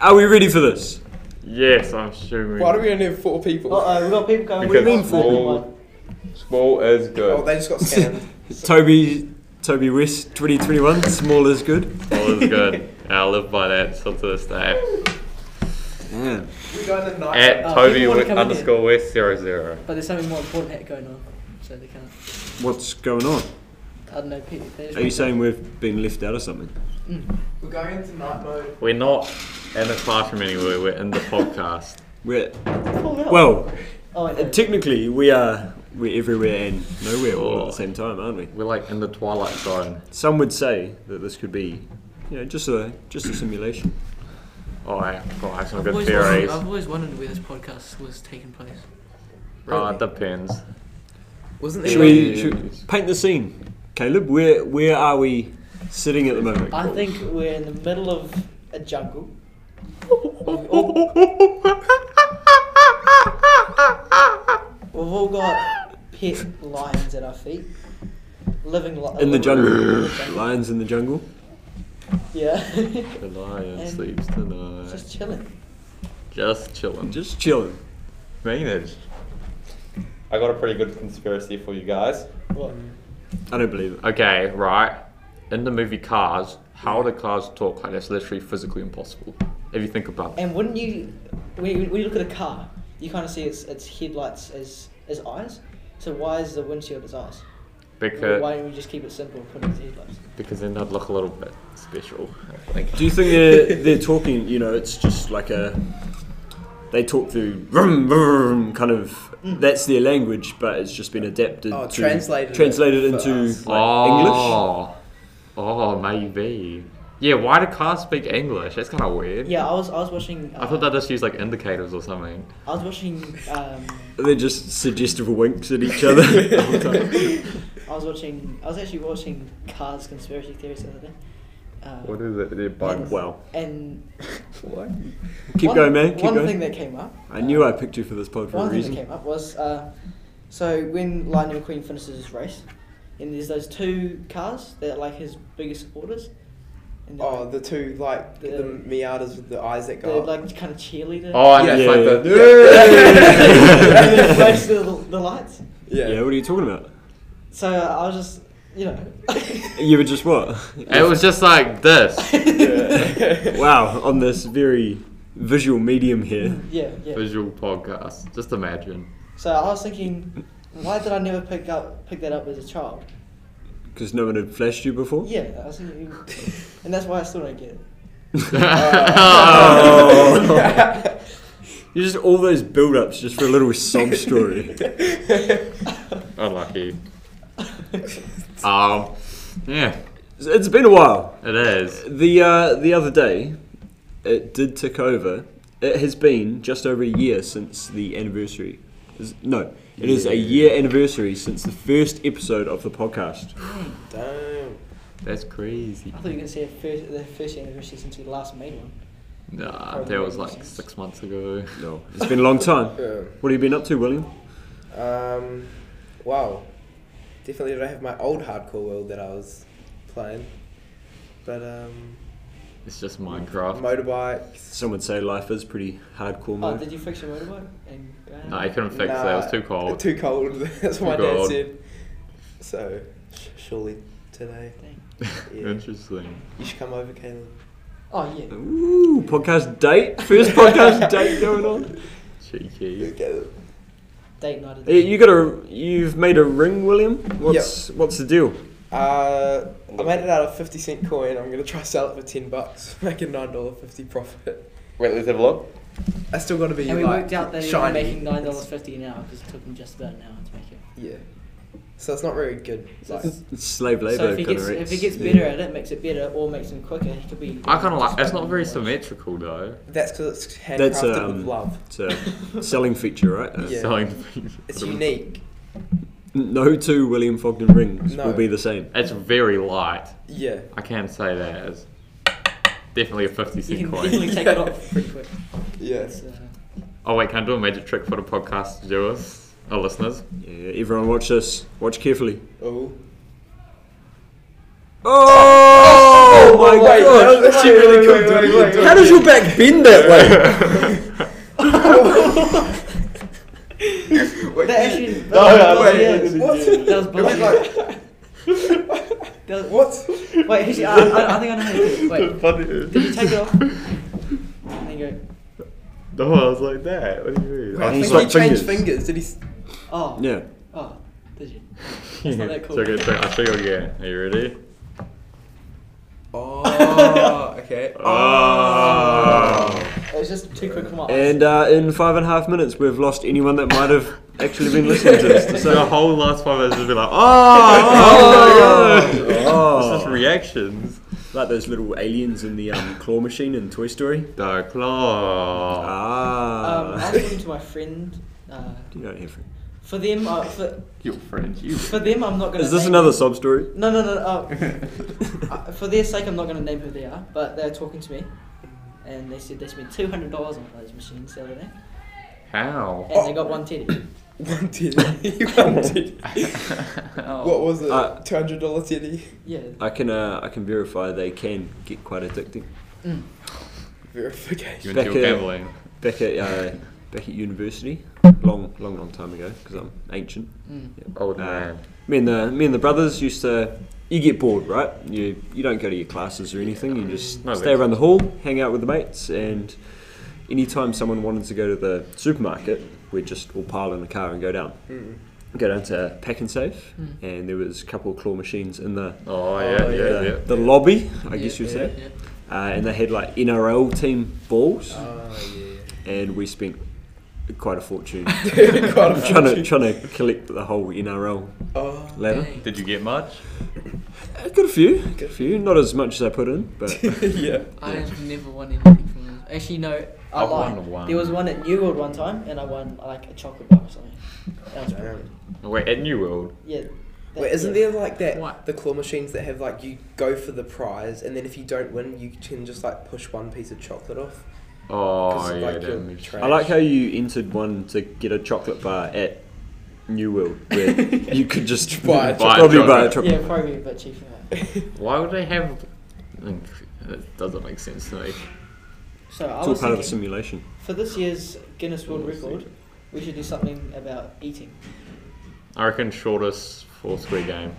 Are we ready for this? Yes, I'm sure. Why do we only have four people? Uh-oh, uh, we've got people going. Because we need small- someone. Small is Oh, good. they just got scammed. Toby, Toby West, 2021. Small is good. Small is good. And I live by that still to this day. Man. We're going to night. At Oh, Toby people wanna Wick come in here. underscore West zero zero. But there's something more important hat going on, so they can't. What's going on? I don't know. People, they just Are you saying we've been left out of something? We're going into night mode. We're not in the classroom anywhere. We're in the podcast. We're Pull out. well. Oh, I know. uh, Technically, we are we're everywhere and nowhere all at Oh. the same time, aren't we? We're like in the twilight zone. Some would say that this could be, you know, just a just a simulation. Oh, I oh, I have some I've good always, wondered, theories. I've always wondered where this podcast was taking place. Oh, it depends. Wasn't Should we, should we paint the scene, Caleb? Where where are we sitting at the moment? I think we're in the middle of a jungle. We've all got pet lions at our feet, living li- In the living- jungle, lions in the jungle. Yeah, The lion And- sleeps tonight. just Just, chilling. chilling. Just chilling. managed. I got a pretty good conspiracy for you guys. What? I don't believe it. Okay, right. In the movie Cars, how do cars talk? Like that's literally physically impossible. If you think about it. And wouldn't you, when you, when you look at a car, you kind of see its its headlights as as eyes. So why is the windshield as eyes? Why Because, don't we just keep it simple and put it as headlights? because then they'd look a little bit special. I think. Do you think they're they're talking? You know, it's just like a they talk through vroom, vroom, kind of. Mm. That's their language, but it's just been adapted. Oh, to, translated it Translated for into us. like English. oh. Oh, maybe. Yeah, why do cars speak English? That's kind of weird. Yeah, I was I was watching. Uh, I thought they just used like indicators or something. I was watching. Um, They're just suggestive winks at each other. the whole time. I was watching. I was actually watching Cars conspiracy theories the other day. Uh, is it? They're bugs. wow. and What? Keep one, going, man. Keep one going. thing that came up. I knew uh, I picked you for this pod for One a thing that reason. came up was uh, so when Lightning McQueen finishes his race, and there's those two cars that are like his biggest supporters, and they're, Oh, like, the two, like, the, The- Miatas with the eyes that they're go up. like kind of cheerleader. Oh, and Yeah. it's like the. and they yeah. flash the, the lights. yeah. what are you talking about? So uh, I was just, you know, You were just what? It was just like this. wow, on this very visual medium here. yeah, yeah. Visual podcast. Just imagine. So I was thinking, why did I never pick up pick that up as a child? Because no one had flashed you before? Yeah, I was thinking, and that's why I still don't get it. Oh. You just all those build ups just for a little sob story. Unlucky. um, yeah, It's been a while. it is. The uh, the other day, it did tick over. It has been just over a year since the anniversary. Is- No, it is a year anniversary since the first episode of the podcast. Damn. That's crazy. I thought you were gonna say a first, the first anniversary since we last made one. Nah, that was like six months ago. No, it's been a long time. Yeah. What have you been up to, William? Um, wow. Definitely don't have my old hardcore world that I was playing. But, um, It's just Minecraft. motorbikes. Some would say life is pretty hardcore Oh, mode. did you fix your motorbike? And No, I couldn't fix Nah, it. It was too cold. Too cold. That's Too what my cold. dad said. So, sh- surely today. Dang. Yeah. Interesting. You should come over, Caleb. Oh yeah. Ooh, podcast date. First podcast date going on. Cheeky. Caleb. Date night. at Hey, the- Uh, You got a you've made a ring, William. What's what's the deal? Uh, I made it out of 50 cent coin. I'm going to try sell it for 10 bucks, make a $9.50 profit. Wait, let's have a look. I still got to be and we like, worked out that he was shiny. making nine dollars fifty an hour because it took him just about an hour to make it. Yeah. So it's not very good. So Like, it's- It's slave labor. so if he kinda gets if he rates. gets Yeah. better at it, makes it better, or makes him quicker, he could be. I kind of like. It's not very symmetrical though. that's because it's handcrafted That's, um, with love. It's a selling feature, right? Uh, Yeah. Selling the things. It's unique. No two William Fogden rings No. will be the same. It's very light. Yeah. I can say that as definitely a fifty You cent can coin. definitely take it off pretty quick. Yeah. It's, uh, Oh wait, can I do a magic trick for the podcast viewers or listeners? Yeah, everyone, watch this. Watch carefully. Oh. Oh! Oh my wait, gosh. that was actually Wait, really wait, cool. wait, Do it again, wait, do it wait. How does your back bend that way? Wait, That actually. That No, no, was- wait, yeah, what? That It was bullshit. was like, That was- what? Wait, actually, I, I, I think I know how to do it. Wait, Funny. did you take it off? And you go. No, I was like that. What do you mean? Wait, I he's think he got changed fingers. fingers. Did he? s- Oh. Yeah. Oh, did you? It's That's not that cool. okay, it's okay. I'll show you again. Are you ready? Oh, okay. Oh. It was just too quick for my eyes. And uh, in five and a half minutes, we've lost anyone that might have actually been listening to this. To So the say. whole last five minutes has been like, oh, Oh. oh, my God. Oh. It's just reactions. Like those little aliens in the um, claw machine in Toy Story. The claw. Ah. Um, I was talking to my friend. Uh, you don't hear from. for them, uh, for, Your friend, you. for them, I'm not gonna. Is this name- another sob story? No, no, no. Uh, uh, for their sake, I'm not gonna name who they are, but they're talking to me, and they said they spent two hundred dollars on those machines the other day, How? and they got one teddy. One teddy. You wanted. What was it? Uh, Two hundred dollar teddy. Yeah. I can uh, I can verify they can get quite addicting. Mm, You Verification. into Becca- gambling. Back at uh, back at university, long long long time ago because I'm ancient. Mm. Old Uh, man. Me and the me and the brothers used to. You get bored, right? You you don't go to your classes or anything. You just No, stay that's- around the hall, hang out with the mates, and anytime someone wanted to go to the supermarket, we'd just all pile in the car and go down. Mm. Go down to Pack and Save, Mm. and there was a couple of claw machines in the Oh, yeah, Oh, yeah, the, yeah. the lobby, I guess you'd say, Yeah. uh, and they had like NRL team balls, Oh yeah. and we spent quite a fortune God, I'm trying to trying to collect the whole NRL Oh. ladder. dang. Did you get much? I got a few, got a few. Not as much as I put in, but yeah. I have never won anything from them. Actually, no. I I've lied. won one. There was one at New World one time, and I won like a chocolate bar or something. That was pretty good. Damn. Wait, at New World. Yeah. that- Wait, isn't yeah. there like that? What? The claw machines that have like you go for the prize, and then if you don't win, you can just like push one piece of chocolate off. Oh, 'Cause, yeah, like, your damn. I like how you entered one to get a chocolate bar at New World, where you could just Buy a probably chocolate. buy a chocolate. Yeah, probably a bit cheaper. Why would they have. That doesn't make sense to me. So I It's all was part of thinking, the simulation. for this year's Guinness World Oh, I see. Record, we should do something about eating. I reckon shortest four square game.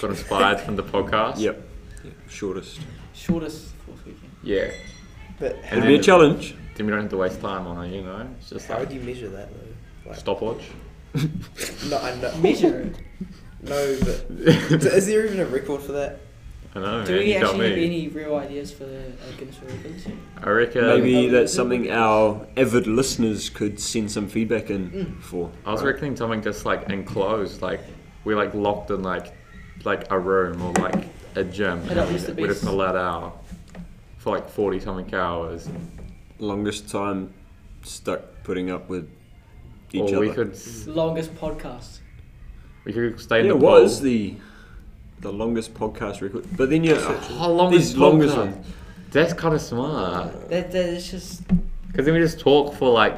Got inspired from the podcast. Yep. yep. Shortest. Shortest fourth weekend. Yeah. But And It'll how, be a then- challenge. Then we don't have to waste time on it, you know? It's just how like would you measure that though? Like, stopwatch. No, I know. Measure it. No, but I so is there even a record for that? know, Do man, we you got actually have me. any real ideas for the uh, Guinness World Records? I reckon. Maybe that's something our avid listeners could send some feedback in Mm. for. I was right? reckoning something just like enclosed, like we like locked in like like a room or like a gym. It at least and be we're s- just allowed out for like forty something hours. Longest time stuck putting up with each or other. we could s- Longest podcast. we could stay yeah, in the it pool. was the the longest podcast record. But then you uh, How long These is longest podcast? ones. That's kind of smart. That, that is just Because then we just talk for like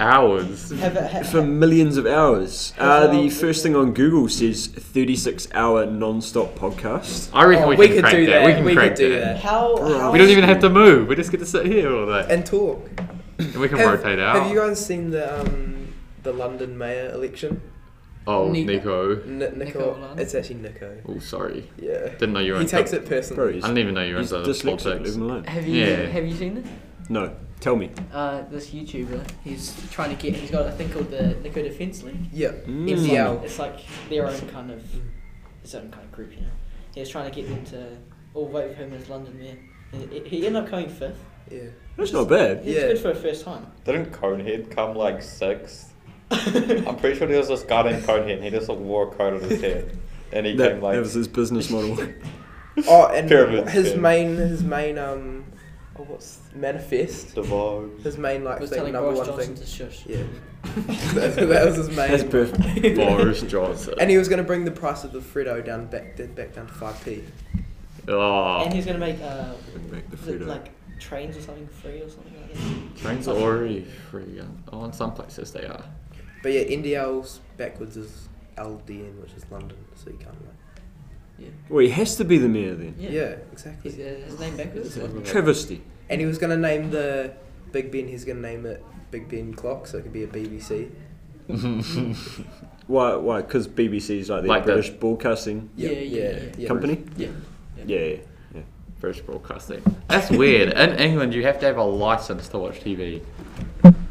hours. have it. Ha- for millions of hours. Uh, Well, the first thing on Google says 36 hour non stop podcast. I reckon Oh, we, we can could crank do that, We can we could crank do that. that. how, how? We don't even have to move. We just get to sit here all day, And talk. and we can Have- rotate out. Have you guys seen the um the London mayor election? oh, Nico. Nico. N- Nicola Nico, Lund. it's actually Nico. Oh, sorry. Yeah. Didn't know you were He into- takes it personally. Bro, I didn't even know you were He's into dyslexic, leave politics. him alone. Have you Yeah. have you seen this? No, tell me. Uh, this YouTuber, he's trying to get. He's got a thing called the Nico Defense League. Yeah. Mm, Mm. It's MDL. like, it's like their own kind of his own kind of group, you know. He was trying to get them to all vote for him as London mayor. And he- He ended up coming fifth. Yeah. That's not bad. It's Yeah. good for a first time. Didn't Conehead come like sixth? I'm pretty sure there was this guy named Conehead and he just like, wore a coat on his head. And he That, came like that was his business model. Oh, and Pyramid his scheme. main his main um oh, what's manifest? the Vogue. His main like was thing, telling number Boris one Johnson thing. to shush. Yeah. that, that was his main. That's perfect. Boris Johnson. And he was going to bring the price of the Freddo down back back down to five p. oh. And he's gonna make uh, Make the was it Frito. like trains or something free or something like that. Trains are already free. um, Oh, in some places they are. But yeah, NDL's backwards is LDN, which is London, so you can't like Yeah. Well, he has to be the mayor then. Yeah. Yeah, exactly. He's, uh, his name It's backwards. or- a travesty. And he was gonna name the Big Ben. He's gonna name it Big Ben Clock, so it could be a BBC. Why? Why? Because BBC is like the Like the- British broadcasting Yeah, yeah, yeah. company. Yeah. Yeah. yeah. British broadcasting. That's weird. In England, you have to have a license to watch TV.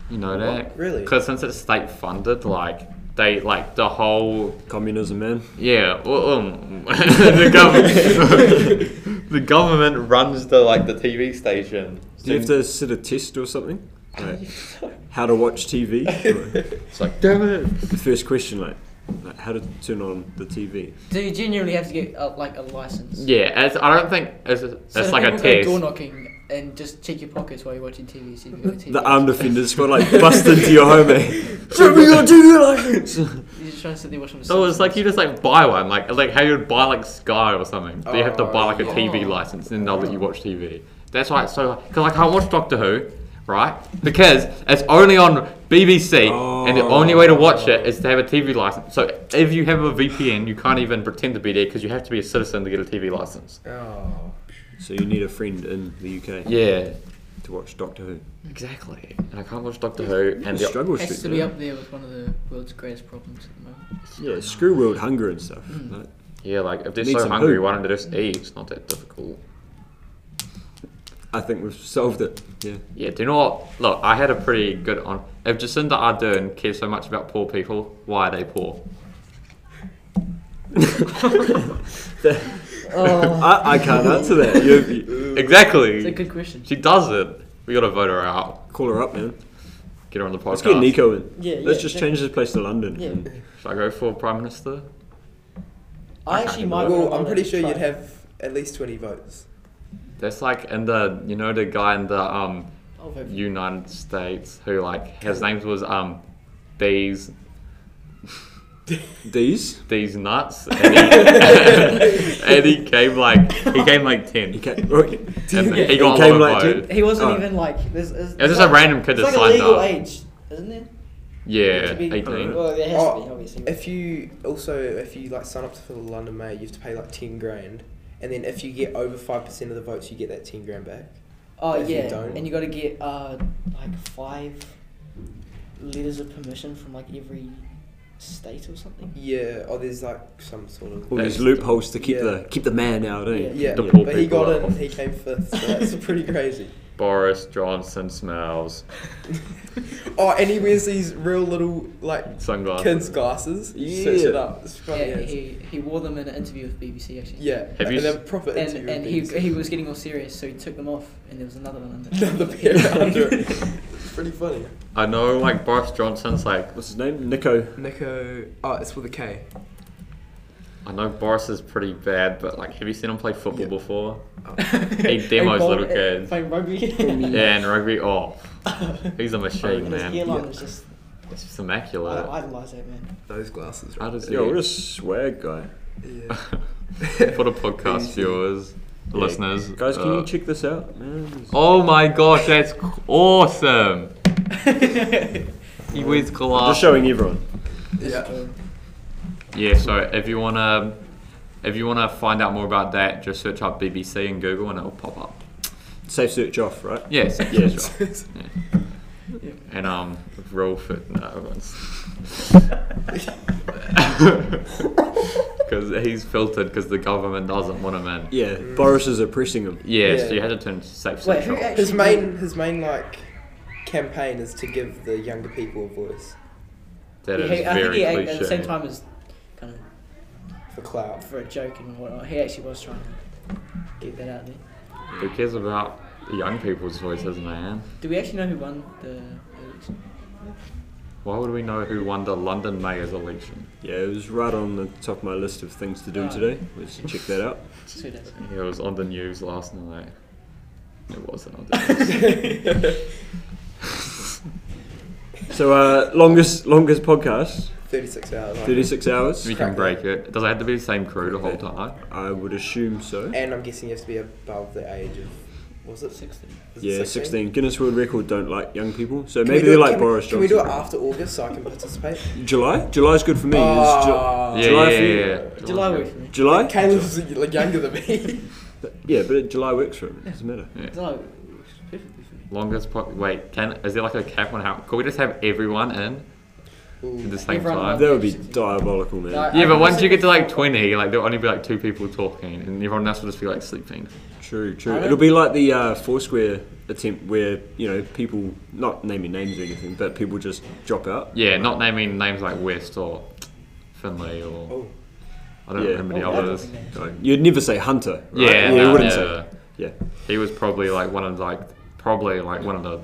You know that? Really? Because since it's state funded, like they like the whole Communism, man. yeah. Well, um, the government the government runs the like the TV station. Do you have to sit a test or something? Like, how to watch TV? Or- It's like damn it. the first question, like, like, how to turn on the TV? Do you generally have to get uh, like a license? Yeah, it's, I don't think it's, it's So like a people go test. Door knocking and just check your pockets while you're watching TV. See if you've got a TV. The armed offenders got like bust into your home. Eh? Show me your TV license. You're just trying to sit there watching. The So it's like you Simpsons. just like buy one, like like how you'd buy like Sky or something. But you have to Oh, buy like a yeah. TV license, and they'll let you watch TV. That's why it's so because I can't watch Doctor Who, right? Because it's only on BBC, and the only way to watch it is to have a TV license. So if you have a VPN, you can't even pretend to be there because you have to be a citizen to get a TV license. Oh, So you need a friend in the UK Yeah, to watch Doctor Who. exactly. And I can't watch Doctor Who, and the, Struggle has Street. to be man. up there with one of the world's greatest problems at the moment. Yeah, screw world hunger and stuff. Like, yeah, like if they're Need so some hungry, food. why don't they just eat? It's not that difficult. I think we've solved it. Yeah. Yeah, do you know what? Look, I had a pretty good on. If Jacinda Ardern cares so much about poor people, why are they poor? I, I can't answer that. You, you- Exactly. It's a good question. She doesn't. We gotta vote her out. call her up, man. Get her on the podcast. Let's get Nico in. Yeah, Let's yeah, just yeah. change this place to London. Yeah. and- Should I go for prime minister? I actually can't might. well, wanna I'm pretty sure try you'd it. have at least twenty votes. That's like in the you know the guy in the um I'll vote for you. United States who like his name was um these These. these nuts and he, and he came like he came like ten. He came, oh, And Yeah. he got He a came lot of like votes. He wasn't Oh. even like. There's, there's, It was just a random kid It's that like a signed legal up. age, isn't there? Yeah, To be- eighteen. Well, there has to be Oh, obviously. If you also if you like sign up for the London Mayor, you have to pay like ten grand, and then if you get over five percent of the votes, you get that ten grand back. oh if you yeah, don't- and you got to get uh like five letters of permission from like every state or something. Yeah, or there's like some sort of. All these That's- loopholes to keep Yeah. the keep the man out, eh? Yeah. Yeah, The poor but he people got are- in. He came fifth. So that's pretty crazy. Boris Johnson smells Oh, and he wears these real little like sunglasses. kids glasses. You search it Yeah. up. It's Yeah, funny as- he, he wore them in an interview with BBC actually. yeah. Have you and s- a proper And interview and with he, these- he was getting all serious, so he took them off, and there was another one under. another pair under it. Pretty funny. I know, like Boris Johnson's like What's his name? Nico. Nico. Oh, it's with a K. I know Boris is pretty bad, but like, have you seen him play football before? he demos little kids. Playing rugby. Yeah, and rugby. Oh, he's a machine, And his man. hairline Yeah. was just. It's just I immaculate. idolise that man. Those glasses. How does he? Yo, what a swag guy. Yeah. For the podcast viewers, listeners, Guys, can uh, you check this out, man? Oh my gosh, that's awesome! he wears Just glasses. showing everyone. yeah. Yeah, so if you wanna, if you wanna find out more about that, just search up BBC in Google and it'll pop up. Safe search off, right? Yes, Yeah. yes, right. Yeah. And um, roll fit. No, everyone's. Because he's filtered because the government doesn't want him in. Yeah, Boris is oppressing him. Yeah, Yeah. so you had to turn safe Wait, sex who off. actually- His main his main like campaign is to give the younger people a voice That He- is he- I think very he cliche. at the same time as kind of for clout. for a joke and whatnot. He actually was trying to get that out there. Who cares about the young people's voices, man? Do we actually know who won the election? Why would we know who won the London mayor's election? Yeah, it was right on the top of my list of things to do Ah. today. Let's check that out. Just who does it? It was on the news last night. It wasn't on the news. So, uh, longest longest podcast, Thirty six hours. I think. 36 hours. we can break it. Does it have to be the same crew the whole time? I would assume so. And I'm guessing you have to be above the age of Was it Sixteen. Is it Yeah, 16. Guinness World Record don't like young people, so Can we maybe do they it- like can we- Boris Can we Johnson. do it after August so I can participate? July? July's good for me. It's Ju- Oh. Yeah, July Ah. yeah, for yeah, you. yeah. July works for me. July? Caleb's like younger than me. Yeah, but it, July works for him. It doesn't matter. Yeah. July works perfectly for me. Longest po- wait, can is there like a cap on how? Could we just have everyone in at the same Everyone time? loves- That would be diabolical, man. No. Yeah, but once you get to like twenty, like there'll only be like two people talking, and everyone else will just be like sleeping. True, true. I don't- It'll be like the uh, Foursquare attempt where, you know, people, not naming names or anything, but people just drop out. Yeah, not naming names like West or Finley or Oh, I don't Yeah. remember the Oh, I don't others. think they- Right. You'd never say Hunter, right? Yeah, you no, wouldn't no, say. no. Yeah. He was probably like one of like probably like one of the,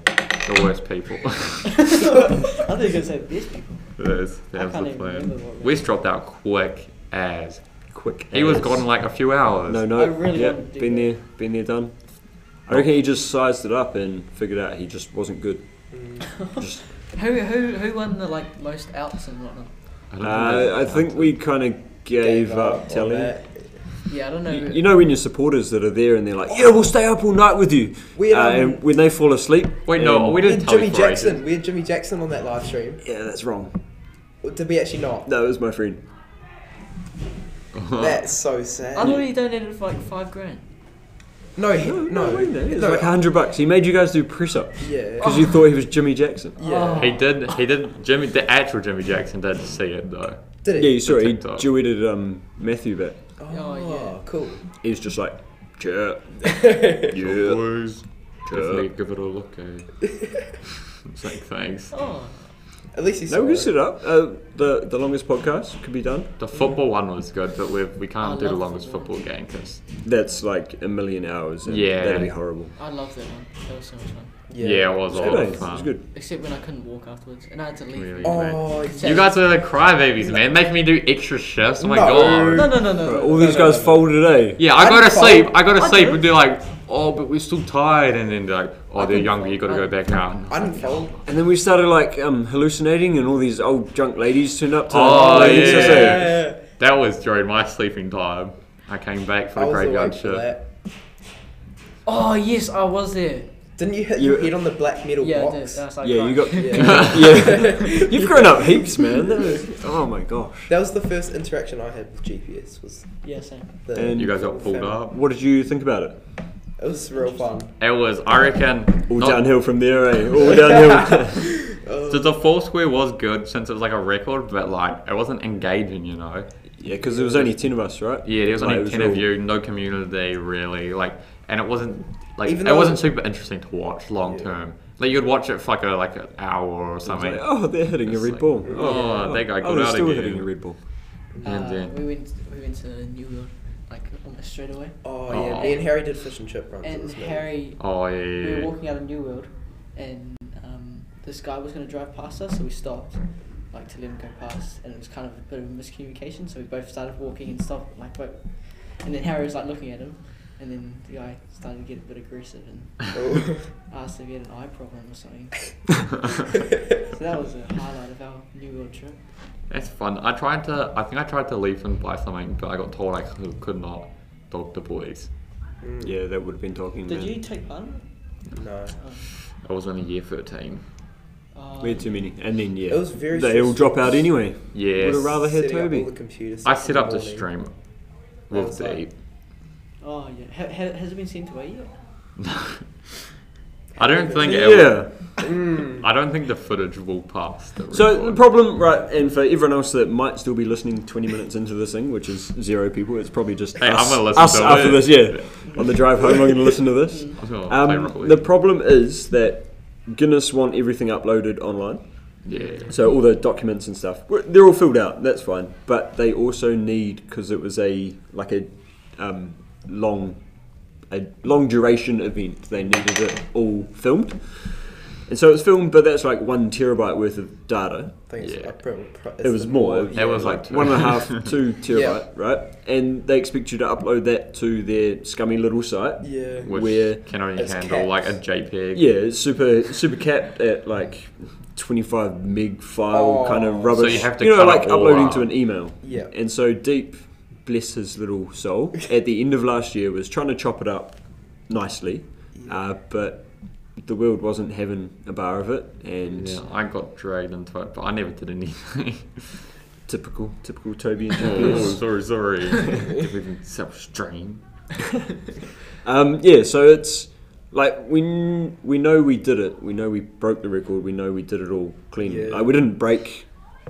the worst people. I think it's like best people. That's I that was can't the even remember what plan. we- West dropped out quick as Quick. he was hands. gone in like a few hours. No, no. I really yeah, wanted to do been that. there, been there, done. I reckon he just sized it up and figured out he just wasn't good. Mm. Just- Who who who won the like most outs and whatnot? I, don't uh, I think we kind of gave, up on telling. that. Yeah, I don't know. You, you know when your supporters that are there and they're like, "Yeah, we'll stay up all night with you," We, uh, um, and when they fall asleep, Wait, no, Um, and- we We didn't had tell Jimmy you for ages. Jackson. We had Jimmy Jackson on that live stream. Yeah, that's wrong. To be actually not. That was my friend. Uh-huh. That's so sad. I thought e- he donated for like five grand. no, he, no, no, no, wait, no, it was like a hundred bucks. He made you guys do press up yeah, because you thought he was Jimmy Jackson. yeah. He did. He did. Jimmy, the actual Jimmy Jackson, did see it though. Did Yeah, he? you saw it. He TikTok. duetted um, Matthew back. Oh, Oh, yeah. cool. He was just like, "Yeah, yeah." Boys, definitely give it a look. Eh? it's like thanks. Oh, At least he saw No, we can it. set it up. Uh, the the longest podcast could be done. The football one was good, but we we can't I do the love longest football. football, game 'cause That's like a million hours. And Yeah. that'd be horrible. I loved that one. That was so much fun. yeah. it was a It was lot good. eh? of It was fun. good. Except when I couldn't walk afterwards, and I had to leave. Really, man. Oh, yeah. You guys are the crybabies, man. Making me do extra shifts. Oh my No. god. No, no, no, no. Right, no. all these no, guys no. folded, eh? Yeah, I I go to didn't sleep. fold. I go to I sleep, didn't. and they're like, "Oh, but we're still tired," and then they're like, "Oh, I they're didn't younger. You got to fold. go I back now." I didn't fold. And then we started like um, hallucinating, and all these old drunk ladies turned up to. Oh, like, it's yeah. just, eh, That was during my sleeping time. I came back for I the was graveyard awake for shift. that. Oh yes, I was there. Didn't you hit You- your head on the black metal Yeah, I did. box? That's like Yeah, you right. got. Yeah. Yeah, you've grown up heaps, man. That was, oh my gosh. That was the first interaction I had with GPS. Was Yeah, same. the And You guys got pulled Family. up. What did you think about it? It was real fun. It was, I reckon. All not- downhill from there, eh? All downhill. So the four square was good since it was like a record, but like it wasn't engaging, you know. yeah, because there was only ten of us, right? Yeah, there was Like, only it ten all- of you, no community really, like, and it wasn't like Even it though- wasn't super interesting to watch long Yeah. term. Like you'd watch it for like, a, like an hour or I was something. like, oh, they're hitting a It's red like, ball. oh, that guy oh, got they're out still again. hitting a red ball. And Uh, then we went. We went to New York, like almost straight away. Oh yeah, Oh. me and Harry did fish and chip runs. it And was Harry, oh yeah, we yeah, were yeah. walking out of New World, and um, this guy was going to drive past us, so we stopped, like to let him go past, and it was kind of a bit of a miscommunication. So we both started walking and stopped, like, wait. and then Harry was like looking at him, and then the guy started to get a bit aggressive and cool. asked if he had an eye problem or something. so that was a highlight of our New World trip. That's fun. I tried to. I think I tried to leave and buy something, but I got told I could, could not talk to boys. Mm, Yeah, that would have been talking. Did man. you take part? in it? No. I was only year thirteen. Uh, We had too many, and then yeah, It was very they all stressful. drop out anyway. Yes. Would have rather had Setting up Toby. all the computer I stuff in set up the morning. stream That with was the. like- Oh yeah. Ha- ha- has it been sent away yet? I don't think it Yeah. Mm. I don't think the footage will pass. The So the record. problem, right, and for everyone else that might still be listening 20 minutes into this thing, which is zero people, it's probably just Hey, I'm us, gonna listen us to after it. this, yeah. On the drive home, I'm going to listen to this. I was gonna play Rocket Um, League. the problem is that Guinness want everything uploaded online, yeah. so all the documents and stuff, we're- they're all filled out. That's fine, but they also need because it was a like a um, long a long duration event. They needed it all filmed, and so it's filmed, but that's like one terabyte worth of data. Things Yeah. I probably- pro- It was it's more. the It was like two. one and a half, two terabyte, Yeah. right? And they expect you to upload that to their scummy little site. Yeah. Which where can only it's handle capped. like a JPEG. Yeah, it's super super capped at like twenty five meg file Oh. kind of rubbish. So you have to know, cut like it all uploading up. to an email. Yeah. And so Deep, bless his little soul, at the end of last year was trying to chop it up nicely, Uh, but the world wasn't having a bar of it, and Yeah, I got dragged into it, but I never did anything. typical, typical Toby and oh, GPS. sorry, sorry. Everything self-stream. Um, yeah, so it's like we kn- we know we did it. We know we broke the record. We know we did it all cleanly. Yeah. Like we didn't break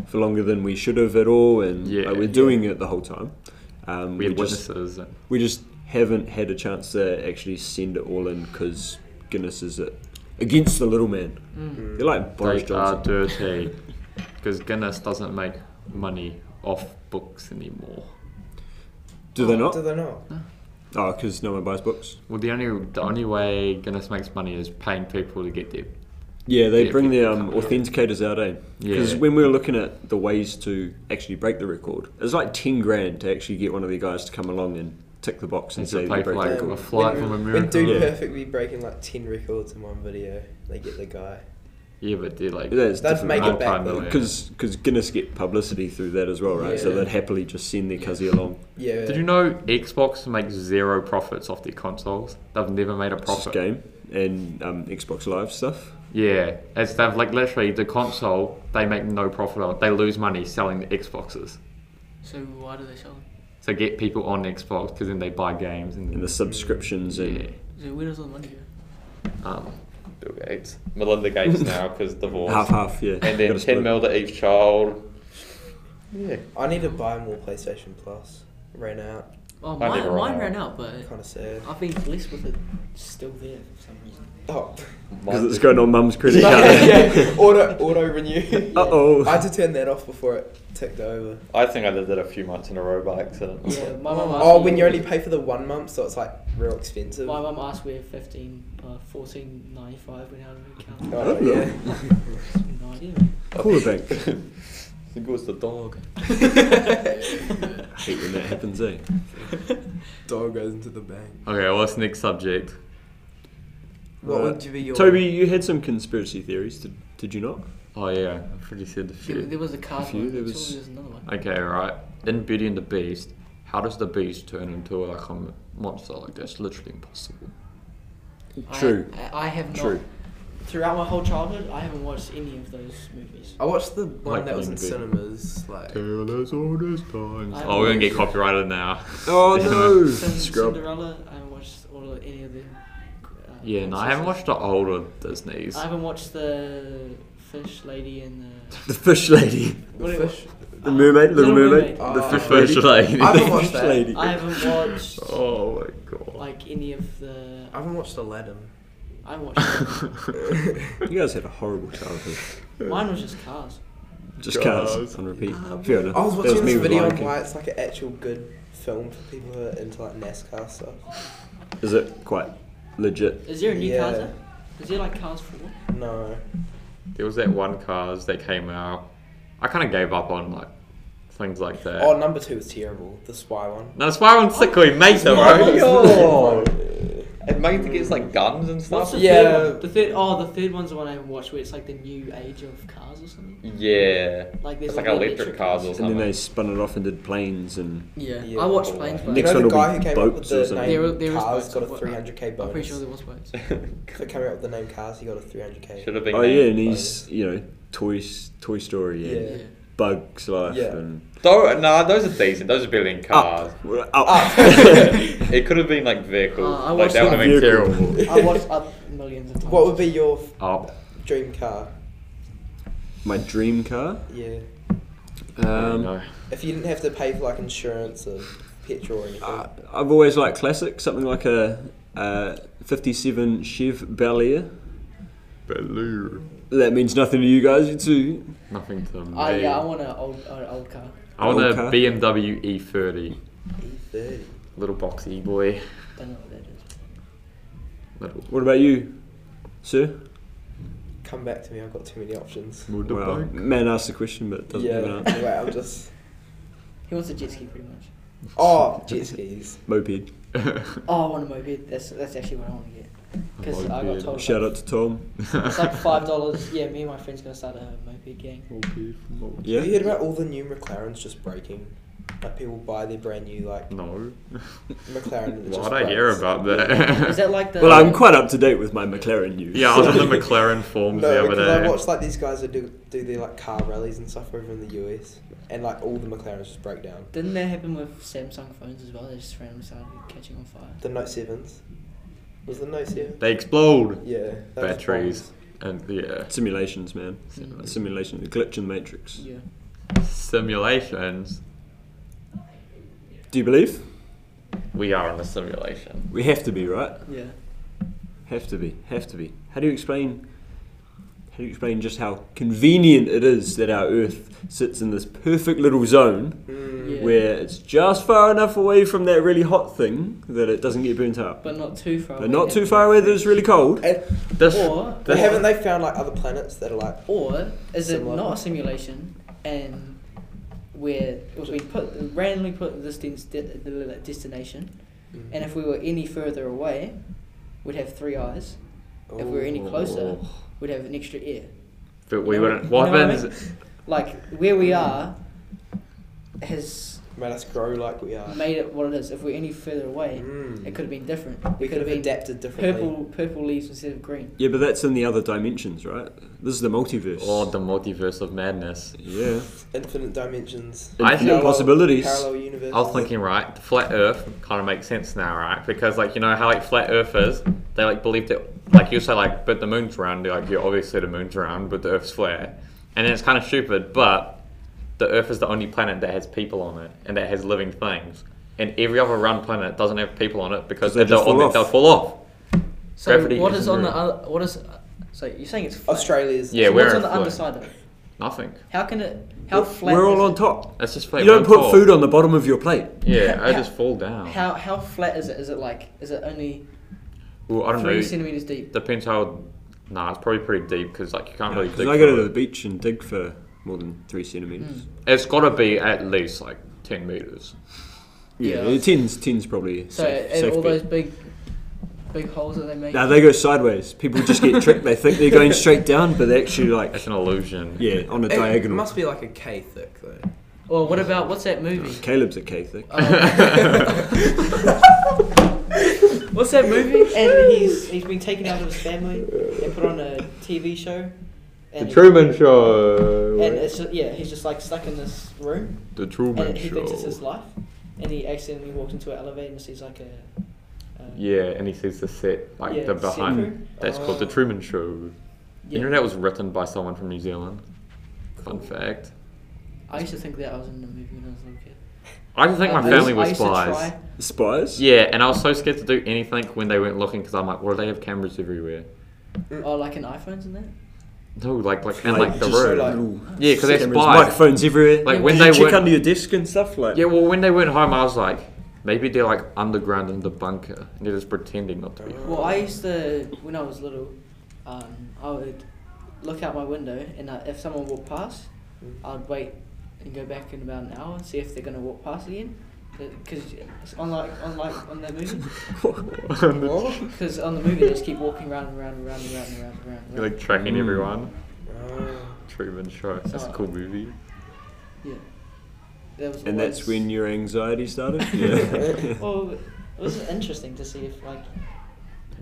for longer than we should have at all, and Yeah. like, we're doing it the whole time. Um, we We had just witnesses. And, we just haven't had a chance to actually send it all in because Guinness is it against the little man. They're like Boris Mm. they are Johnson. dirty because Guinness doesn't make money off books anymore. Do they not? Do they not? Oh, because no one buys books. Well, the only the only way Guinness makes money is paying people to get their Yeah, they Yeah, bring the people um, come out. authenticators out, eh? Because Yeah. when we were looking at the ways to actually break the record, it was like 10 grand to actually get one of the guys to come along and tick the box and It's a say they paper break the like record. a flight Um, when, from When America. Dude Yeah. Perfect be breaking like 10 records in one video, they get the guy. yeah, but they're like That's That'd make whole it back time though. away. Because Guinness get publicity through that as well, right? So Yeah. they'd happily just send their cuzzy along. Yeah. Did you know Xbox makes zero profits off their consoles? They've never made a It's just profit. game and um, Xbox Live stuff. Yeah, as they've like literally the console, they make no profit on. it. They lose money selling the Xboxes. So why do they sell them? So get people on Xbox because then they buy games and, And the subscriptions and yeah, So where does all the money go? um, Bill Gates. Melinda Gates now, because divorce. half half, yeah. And Gotta then 10 split. mil to each child. Yeah. I need to buy more PlayStation Plus. Ran out. Oh, Why they mine, were all mine out. ran out, but Kind of sad. I've been blessed with it still there for some reason. Oh. Because it's going on mum's credit card. yeah. Auto auto renew. Uh I oh. had to turn that off before it ticked over. I think I did that a few months in a row by accident. Yeah, my mum asked Oh, me- when you only pay for the one month, so it's like real expensive. Oh, My mum asked where 15, uh, 14.95 went out of the account. Oh, yeah. No idea, mate. Call the bank. I think it was the dog. I hate when that happens, eh? Dog goes into the bank. okay, what's next subject? What Right. would you be your Uh, Toby, you had some conspiracy theories, did, did you not? Oh yeah, I'm pretty said the There, there few. was a card few, one. there There was- was... There's another one. Okay, right. In Beauty and the Beast, how does the beast turn into like a monster? Like that's literally impossible. True. I, I, I have not. True. Throughout my whole childhood, I haven't watched any of those movies. Oh, I watched the one Like that was in Unity. cinemas. Like Tell us all this time. I- Oh, we're gonna get copyrighted now. Oh no! Cin- Scrub. Cinderella, I haven't watched all of, any of the. Uh, Yeah, no, I princesses. haven't watched the older Disney's. I haven't watched the fish lady and the. The fish lady. the What do you- fish. The mermaid. Little, mermaid. Mermaid. The Oh. fish The lady. Fish lady. I haven't The watched fish that. lady. I haven't watched Oh my god. like any of the. I haven't watched Aladdin. I haven't watched. You guys had a horrible childhood. Mine was just cars. Just Cars. cars on repeat. Um, Fair enough. I was That watching me this with video Lion on King. why it's like an actual good film for people who are into like NASCAR stuff. Is it quite legit? Is there a new Yeah. cars? There? Is there like cars for? No. There was that one Cars that came out. I kind of gave up on like things like that. Oh, number two was terrible. The spy one. no, Spiral and Sickly made them, Oh, bro. yo. And Maggie gets like guns and What's stuff. the Yeah. third one? The third. Oh, the third one's the one I haven't watched, where it's like the new age of cars or something. Yeah. Like there's It's like all the electric cars or And then something. they spun it off and did planes and. Yeah. Yeah. I watched planes, but Next one you know will the guy be who came up with boats or the something. name there, were- there was Cars boats. got a but 300k bonus. I'm pretty sure there was boats. Who came up with the name Cars, he got a 300k. Should have been. Oh yeah, and named he's you know Toy S- Toy Story and Yeah. Yeah. Bugs Life Yeah. and Though, nah, those are decent. Those are better than Ah. cars. Well, Up. up. Ah. it could have been like vehicles. Oh, Uh, I like watched that would that have been vehicle. terrible. I watched up millions of times. What would be your f- Oh, dream car? My dream car. Yeah. Um, no. If you didn't have to pay for like insurance or petrol or anything. Uh, I've always liked classic, something like a, uh 57 Chev Bel Air. Baloo. That means nothing to you guys, it's a Nothing to me. Oh yeah, I want an old, an old car. I want a Okay. BMW E30. E30. E Little boxy boy. Don't know what that is. Little. What about you, sir? Come back to me, I've got too many options. Well, man asked the question, but doesn't yeah, even answer. wait, I'm just. He wants a jet ski, pretty much. Oh, jet skis. Moped. Oh, I want a moped. That's that's actually what I want to get. Because I got Moped. told Shout like, out to Tom. it's like five dollars. Yeah, me and my friend's gonna start a moped gang. Moped, moped. Have you Yeah. heard about all the new McLarens just breaking? Like people buy their brand new like No. McLaren. that just Why'd I hear runs. about that? Is that like the? Well, I'm quite up to date with my McLaren news. Yeah, I was on the McLaren forums No, the other because day. I watched like these guys that do do their like car rallies and stuff over in the US, and like all the McLarens just break down. Didn't that happen with Samsung phones as well? They just randomly started catching on fire. The Note Sevens was the Note Seven. they explode. Yeah, that was Batteries. And uh, yeah. Simulations, man. Mm. Simulation. The glitch in the matrix. Yeah. Simulations. Do you believe? We are in a simulation. We have to be, right? Yeah. Have to be. Have to be. How do you explain? How do you explain just how convenient it is that our Earth sits in this perfect little zone Mm. Yeah. where it's just far enough away from that really hot thing that it doesn't get burnt out, But not too far. but away not that too we far can away that reach. it's really cold. And, This Or, but or haven't they found like other planets that are like Or is it Similar. not a simulation and where if we put randomly put this des- de- de- de- de- destination, and if we were any further away, we'd have three eyes. mm, If we were any closer, Oh. we'd have an extra ear. But we You know wouldn't. what- What you know what I happens? Like where we are has made us grow like we are? made it what it is. If we're any further away, Mm. it could have been different. we it could have been adapted differently. purple purple leaves instead of green. Yeah, but that's in the other dimensions, right? This is the multiverse. Oh, the multiverse of madness. yeah. Infinite dimensions. I think- Infinite possibilities. Parallel universes. I was thinking, right, the flat Earth kind of makes sense now, right? Because like you know how like flat Earthers, they like believed it. Like you say, like, but the moon's round. They're like, yeah, obviously the moon's round, but the Earth's flat. And it's kind of stupid, but the Earth is the only planet that has people on it and that has living things. And every other round planet doesn't have people on it because They if they're just on fall it, they'll off. fall off. So Gravity what is isn't on the real. other? What is? So you're saying it's flat. Australia's Yeah, So we're what's in a on the flat. underside of it? Nothing. How can it? How flat? We're is all it? on top. It's just flat. You don't one put top. food on the bottom of your plate. Yeah, I How- just fall down. How how flat is it? Is it like is it only well, I don't three know. centimeters deep? Depends how. Nah, it's probably pretty deep because like you can't really. 'Cause dig I go through to it. the beach and dig for more than three centimeters. Hmm. It's got to be at least like 10 meters. Yeah, Yeah. tens, tens probably. So safe, and safe all bet. those big big holes that they make. Now they go sideways. People just get tricked. They think they're going straight down, but they're actually like It's an illusion. yeah on a It diagonal. must be like a K thick though. or what about what's that movie? Caleb's a K thick. Uh, What's that movie? And he's he's been taken out of his family and put on a TV show. And Show. And it's just, yeah, he's just like stuck in this room, the and Truman he thinks it's his Show. life, and he accidentally walks into an elevator and sees like a. Uh, Yeah, and he sees the set, like Yeah, the set behind. crew. That's called the Oh. Truman Show. yeah. You know that was written by someone from New Zealand. Fun fact. I used to think that I was in the movie when I was a little kid. I just think my Uh, I family used- I was used to spies. try- Spies. Yeah, and I was so scared to do anything when they went looking because I'm like, well, they have cameras everywhere. Oh, like in iPhones and that. No, like, like, and like the just room. like- little yeah, because they're cameras, spies. Microphones everywhere. Like, Did when you they check went- under your desk and stuff like. Yeah, well, when they went home, I was like, maybe they're like underground in the bunker and they're just pretending not to be. Oh. Well, I used to when I was little, um, I would look out my window and I, if someone walked past, I'd wait and go back in about an hour and see if they're gonna walk past again. Uh, Because on like on like on the movie, What? because on the movie they just keep walking round and round and round and round and round and round. And You're round. like tracking Mm. everyone. Oh. Truman Show. That's a cool movie. yeah. There was And that's always- when your anxiety started. Yeah. Well, it was interesting to see if like.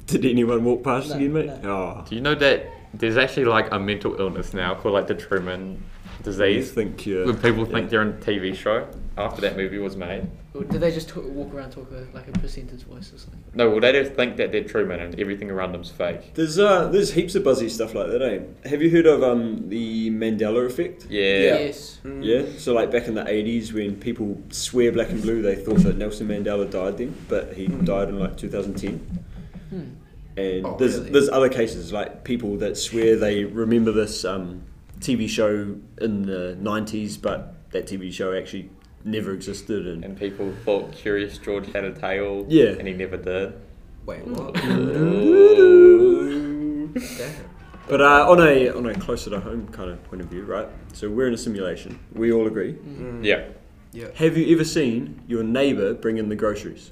Did anyone walk past No, again, mate? Oh. Do you know that there's actually like a mental illness now called like the Truman You disease? think you're, When people yeah. think they're in a TV show after that movie was made. Or do they just talk, walk around talk a, like a percentage voice or something? No, well they just think that they're Truman and everything around them's fake. There's uh, there's heaps of buzzy stuff like that. Eh? Have you heard of um the Mandela effect? Yeah. Yes. Mm. Yeah, so like back in the 80s when people swear black and blue, they thought that Nelson Mandela died then, but he died in like 2010. And Oh, there's, really? there's other cases like people that swear they remember this um, TV show in the 90s, but that TV show actually never existed. And, And people thought Curious George had a tail. Yeah. And he never did. Wait, what? Damn. but uh, on a on a closer to home kind of point of view, right? So we're in a simulation. We all agree. yeah. Have you ever seen your neighbour bring in the groceries?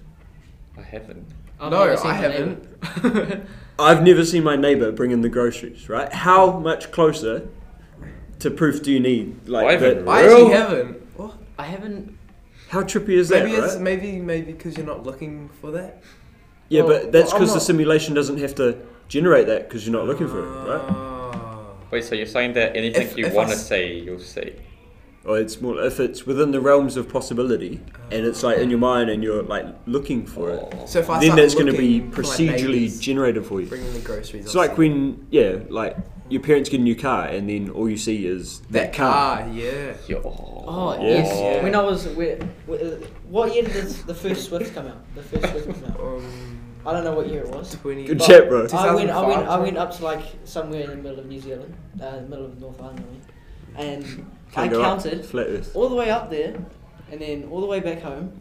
I haven't. I've No, never seen my I neighbour. I've never seen my neighbour bring in the groceries, right? How much closer to proof do you need? I Like, that- haven't really. I actually haven't. What? I haven't. How trippy is maybe that, it's right? maybe maybe because you're not looking for that. Yeah, well, but that's well, I'm because the not- simulation doesn't have to generate that because you're not looking for Ah. it, right? Wait, so you're saying that anything If- you if I want to s- see, you'll see? Or it's more if it's within the realms of possibility, and it's like in your mind, and you're like looking for it. Oh. So if I then start that's going to be looking for, like, procedurally babies generated for you. bringing the groceries. It's I'll like see. when, yeah, like your parents get a new car, and then all you see is that, that car. Ah, Yeah. Yo. Oh, Yes. yes. Yeah. When I was, where, where- what year did this- the first Swift come out? The first Swift come out. Um, I don't know what year it was. Twenty. Good But chat, bro. I went, I went, I 2005, went up to like somewhere in the middle of New Zealand, uh, the middle of North Island, I mean, and I Can't go up. counted flat Earth. all the way up there, and then all the way back home,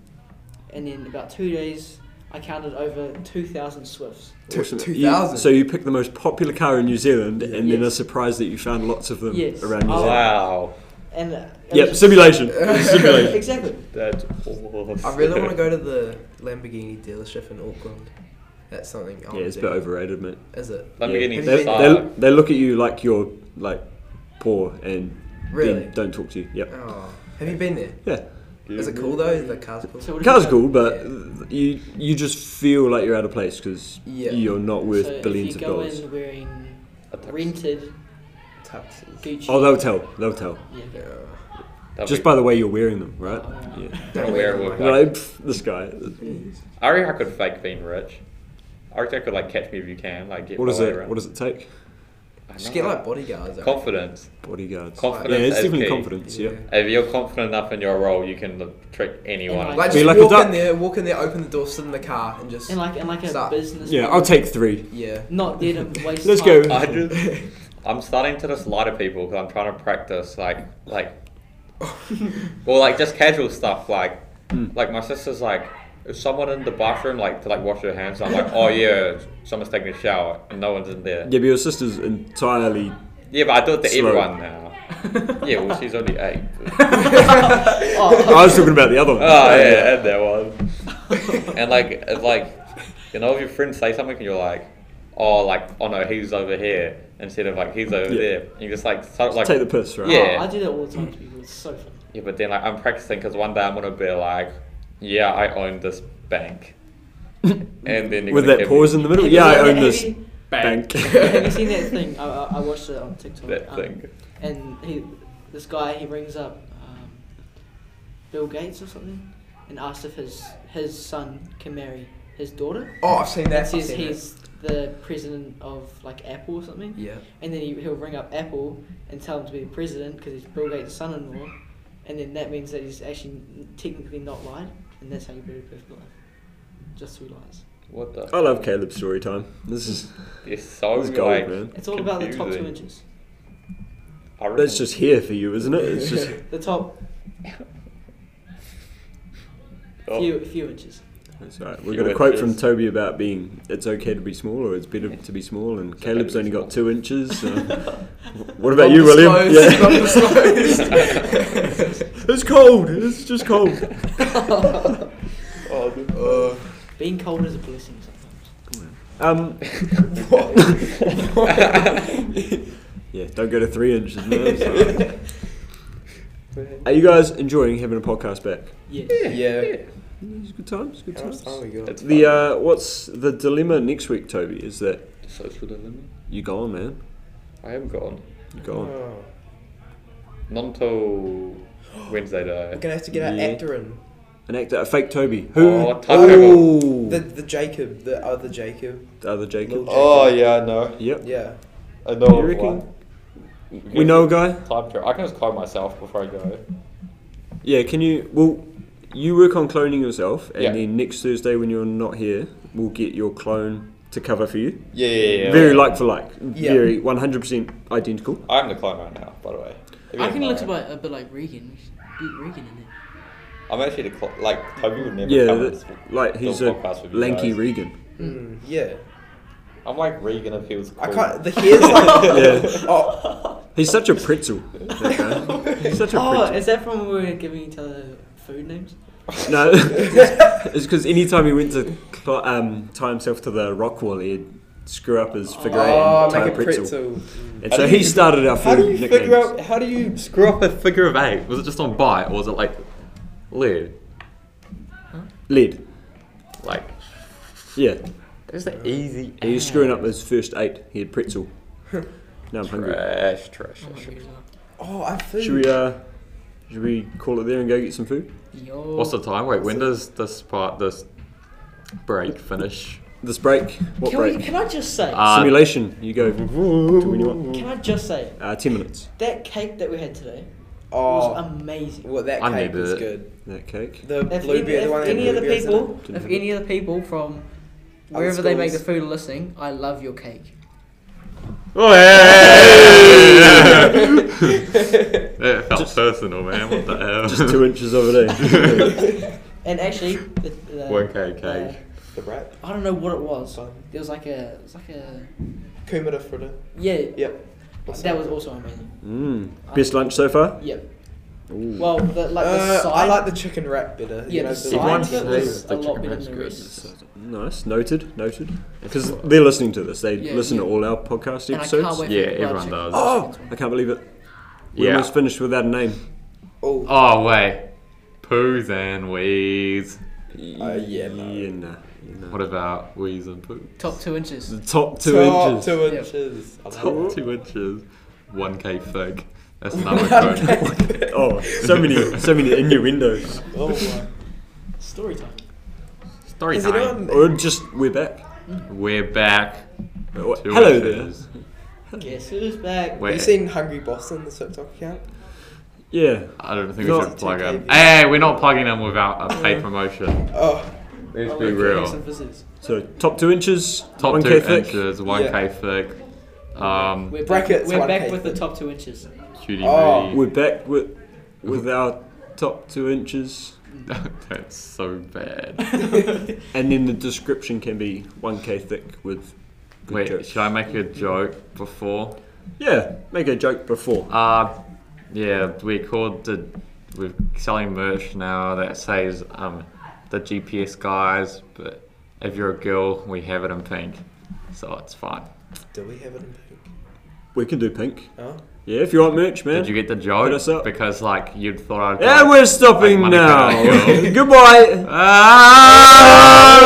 and then about two days, I counted over two thousand swifts. Two- Awesome. 2000. You- so you picked the most popular car in New Zealand, and then Yes. are surprised that you found lots of them Yes. around New Oh, Zealand. Wow. And uh, it Yep, was- simulation. simulation. exactly. That's awesome. I really want to go to the Lamborghini dealership in Auckland. That's something. I Yeah, wanna it's a do. bit overrated, mate. Is it Lamborghini Yeah. yeah. They, they, they look at you like you're like poor and really? then don't talk to you. Yep. Oh, have you been there? Yeah. Is it cool though? The car's cool. So what did Car's you go- cool, but Yeah. th- you you just feel like you're out of place because Yeah. you're not worth so billions if of you go dollars. in wearing rented Tuxes. Gucci. Oh, they'll tell. They'll tell. yeah. Yeah. Just by the way you're wearing them, right? Oh, Yeah. Don't wear it with You're like, "Pff, this guy. I reckon I could fake being rich. I reckon I could like catch me if you can, like get What my is way it? around. What does it take? I Just know. get like bodyguards. I confidence. Bodyguards. Confidence. Yeah, it's is definitely key. confidence. Yeah. reckon. If you're confident enough in your role, you can l- trick anyone. And, Like Be just like a walk duck. in there, walk in there, open the door, sit in the car, and just And like, and like a Stop. business. Yeah, I'll take three. yeah. Not there to waste. Let's time. go. I just, I'm starting to just lie to people because I'm trying to practice like like, well like just casual stuff like Hmm. like my sister's like if someone in the bathroom like to like wash their hands I'm like oh yeah someone's taking a shower and no one's in there Yeah, but your sister's entirely. yeah but I do it to Slow. everyone now yeah well she's only eight I was talking about the other one. oh yeah and that one and like it's like you know if your friends say something and you're like oh like oh no he's over here instead of like he's over Yeah. there you just like start, like Take the piss, right? Yeah. Oh, I do that all the time to people. It's so fun. Yeah, but then like I'm practicing because one day I'm gonna be like, yeah, I own this bank, and then you're With that gonna give pause in me the middle. Have you Yeah, I seen own that- this have you- bank. Have you seen that thing? I, I, I watched it on TikTok. that um, thing. And he, this guy, he rings up um, Bill Gates or something, and asks if his his son can marry his daughter. Oh, I've seen that. And I've says seen that. he's the president of like Apple or something. Yeah. And then he, he'll ring up Apple and tell him to be the president because he's Bill Gates' son-in-law, and then that means that he's actually technically not lied, and that's how you build a perfect life, just through lies. What the? I love Caleb's story time. This is It's so It's gold, like, man. It's all about the top two confusing. inches. I reckon- that's just here for you, isn't it? It's just The top oh, few few inches. That's all right. We've Few got a quote from inches. Toby about being it's okay to be small or it's better to be small, and It's okay Caleb's to be only got small. two inches. So. what about you, William? Disclosed, Yeah. non-disclosed. it's cold. It's just cold. oh, dude. Uh, Being cold is a blessing sometimes. Um, yeah, don't go to three inches. Man. So- Are you guys enjoying having a podcast back? Yes. yeah. It's good times. Good How much times. time we got? It's The fun. uh, what's the dilemma next week, Toby? Is that social dilemma. you gone, man? I am gone. You gone? Oh. Not until Wednesday We're though. gonna have to get Yeah. our actor in. An actor, a fake Toby. Who? Oh, Taco. Ooh. The the Jacob, the other Jacob. the other Jacob. Little- Oh, yeah, I know. Yep. Yeah. I You reckon? We know a guy. Time travel. I can just call myself before I go. Yeah. Can you? Well, you work on cloning yourself, and Yeah. then next Thursday when you're not here, we'll get your clone to cover for you. Yeah, yeah, yeah. Very like for like. Yeah. Very 100% identical. I'm the clone right now, by the way. If you I didn't can know. look about a bit like Regan. We should Get Regan in there. I'm actually the cl- like Toby would never Yeah. come that- and sp- like do he's a podcast with you lanky guys. Regan. Mm, yeah. I'm like Regan if he was cool. I can't. The hair's like. Oh. Yeah. Oh, He's such a pretzel. that guy. He's such a Oh, pretzel. is that from when we were giving each other food names? No, it's because anytime he went to cl- um, tie himself to the rock wall, he'd screw up his figure eight oh and tie a make a pretzel. pretzel. And How so do he you- started our How food do you nicknames. figure out? How do you screw up a figure of eight? Was it just on bite, or was it like lid? Lead. Like, Yeah. it's the easy. He was screwing up his first eight. He had pretzel. now I'm hungry. Trash, trash, Oh, trash. my God. Oh, I food. Should we uh, should we call it there and go get some food? Yo. What's the time? Wait, when does this part, this break finish? This break. What Can, break? we, can I just say? Uh, Mm-hmm. Simulation. You go to when you want. can I just say Uh, ten minutes. that cake that we had today Oh, was amazing. well, that I cake needed was it. good. That cake. The If any, blueberry, if the one that any had of the blueberries in it. people, Didn't if have any of the people from Other wherever they make the schools. food are listening, I love your cake. Oh, hey! it felt personal, man. What the hell? Just two inches eh? over there. And actually, the, the, One cake, cake. The right I don't know what it was. Fun. There was like a, it was like a, Kumara fritter. yeah, Yep. that was also amazing. mm. Best lunch so far. Yep. Ooh. Well, the, like the Uh, side. I like the chicken wrap better. yeah, the the side Everyone of it says was the a lot chicken better wrap's than the good. rest. Nice. Noted. Noted. Because they're listening to this. They Yeah, listen to yeah. all our podcast And I can't episodes. wait Yeah, for the everyone chicken does. Oh, breast. I can't believe it. We Yeah. almost finished without a name. Oh, Oh, wait. Poos and wheeze. Uh, yeah, no. Yeah, nah, yeah, nah. What about wheeze and poo? Top two inches. The top two top inches. Two Yeah. inches. I Top love it. two inches. 1k thick. That's another code. Oh, so many, so many innuendos. Oh my. Story time. Story Is it time. on? Or just we're back. We're back. Oh, Two Hello inches. Guess who's back? Wait, Have you seen Hungry Boston, the TikTok account? there. Yeah. I don't think we Not should plug 2K them. views. Hey, we're not plugging them without a paid promotion. Oh, Let's Oh, be we're getting real. some visitors. So top two inches, Top one two K thick. inches, 1k thick. Um, We're back, Brackets, we're one back cake. with the top two inches. Cutie Oh. We're back with Mm-hmm. with our top two inches, That's so bad. and then the description can be one K thick with. Good Wait, jokes. should I make a joke before? Yeah, make a joke before. Uh, yeah, we called the. We're selling merch now that says um, the GPS guys, but if you're a girl, we have it in pink, so it's fine. do we have it in pink? We can do pink. Oh, Yeah, if you want merch, man. Did you get the joke? Hit us up. Because like you'd thought I'd. and we're stopping Like, money now. can't go. Goodbye. Ah!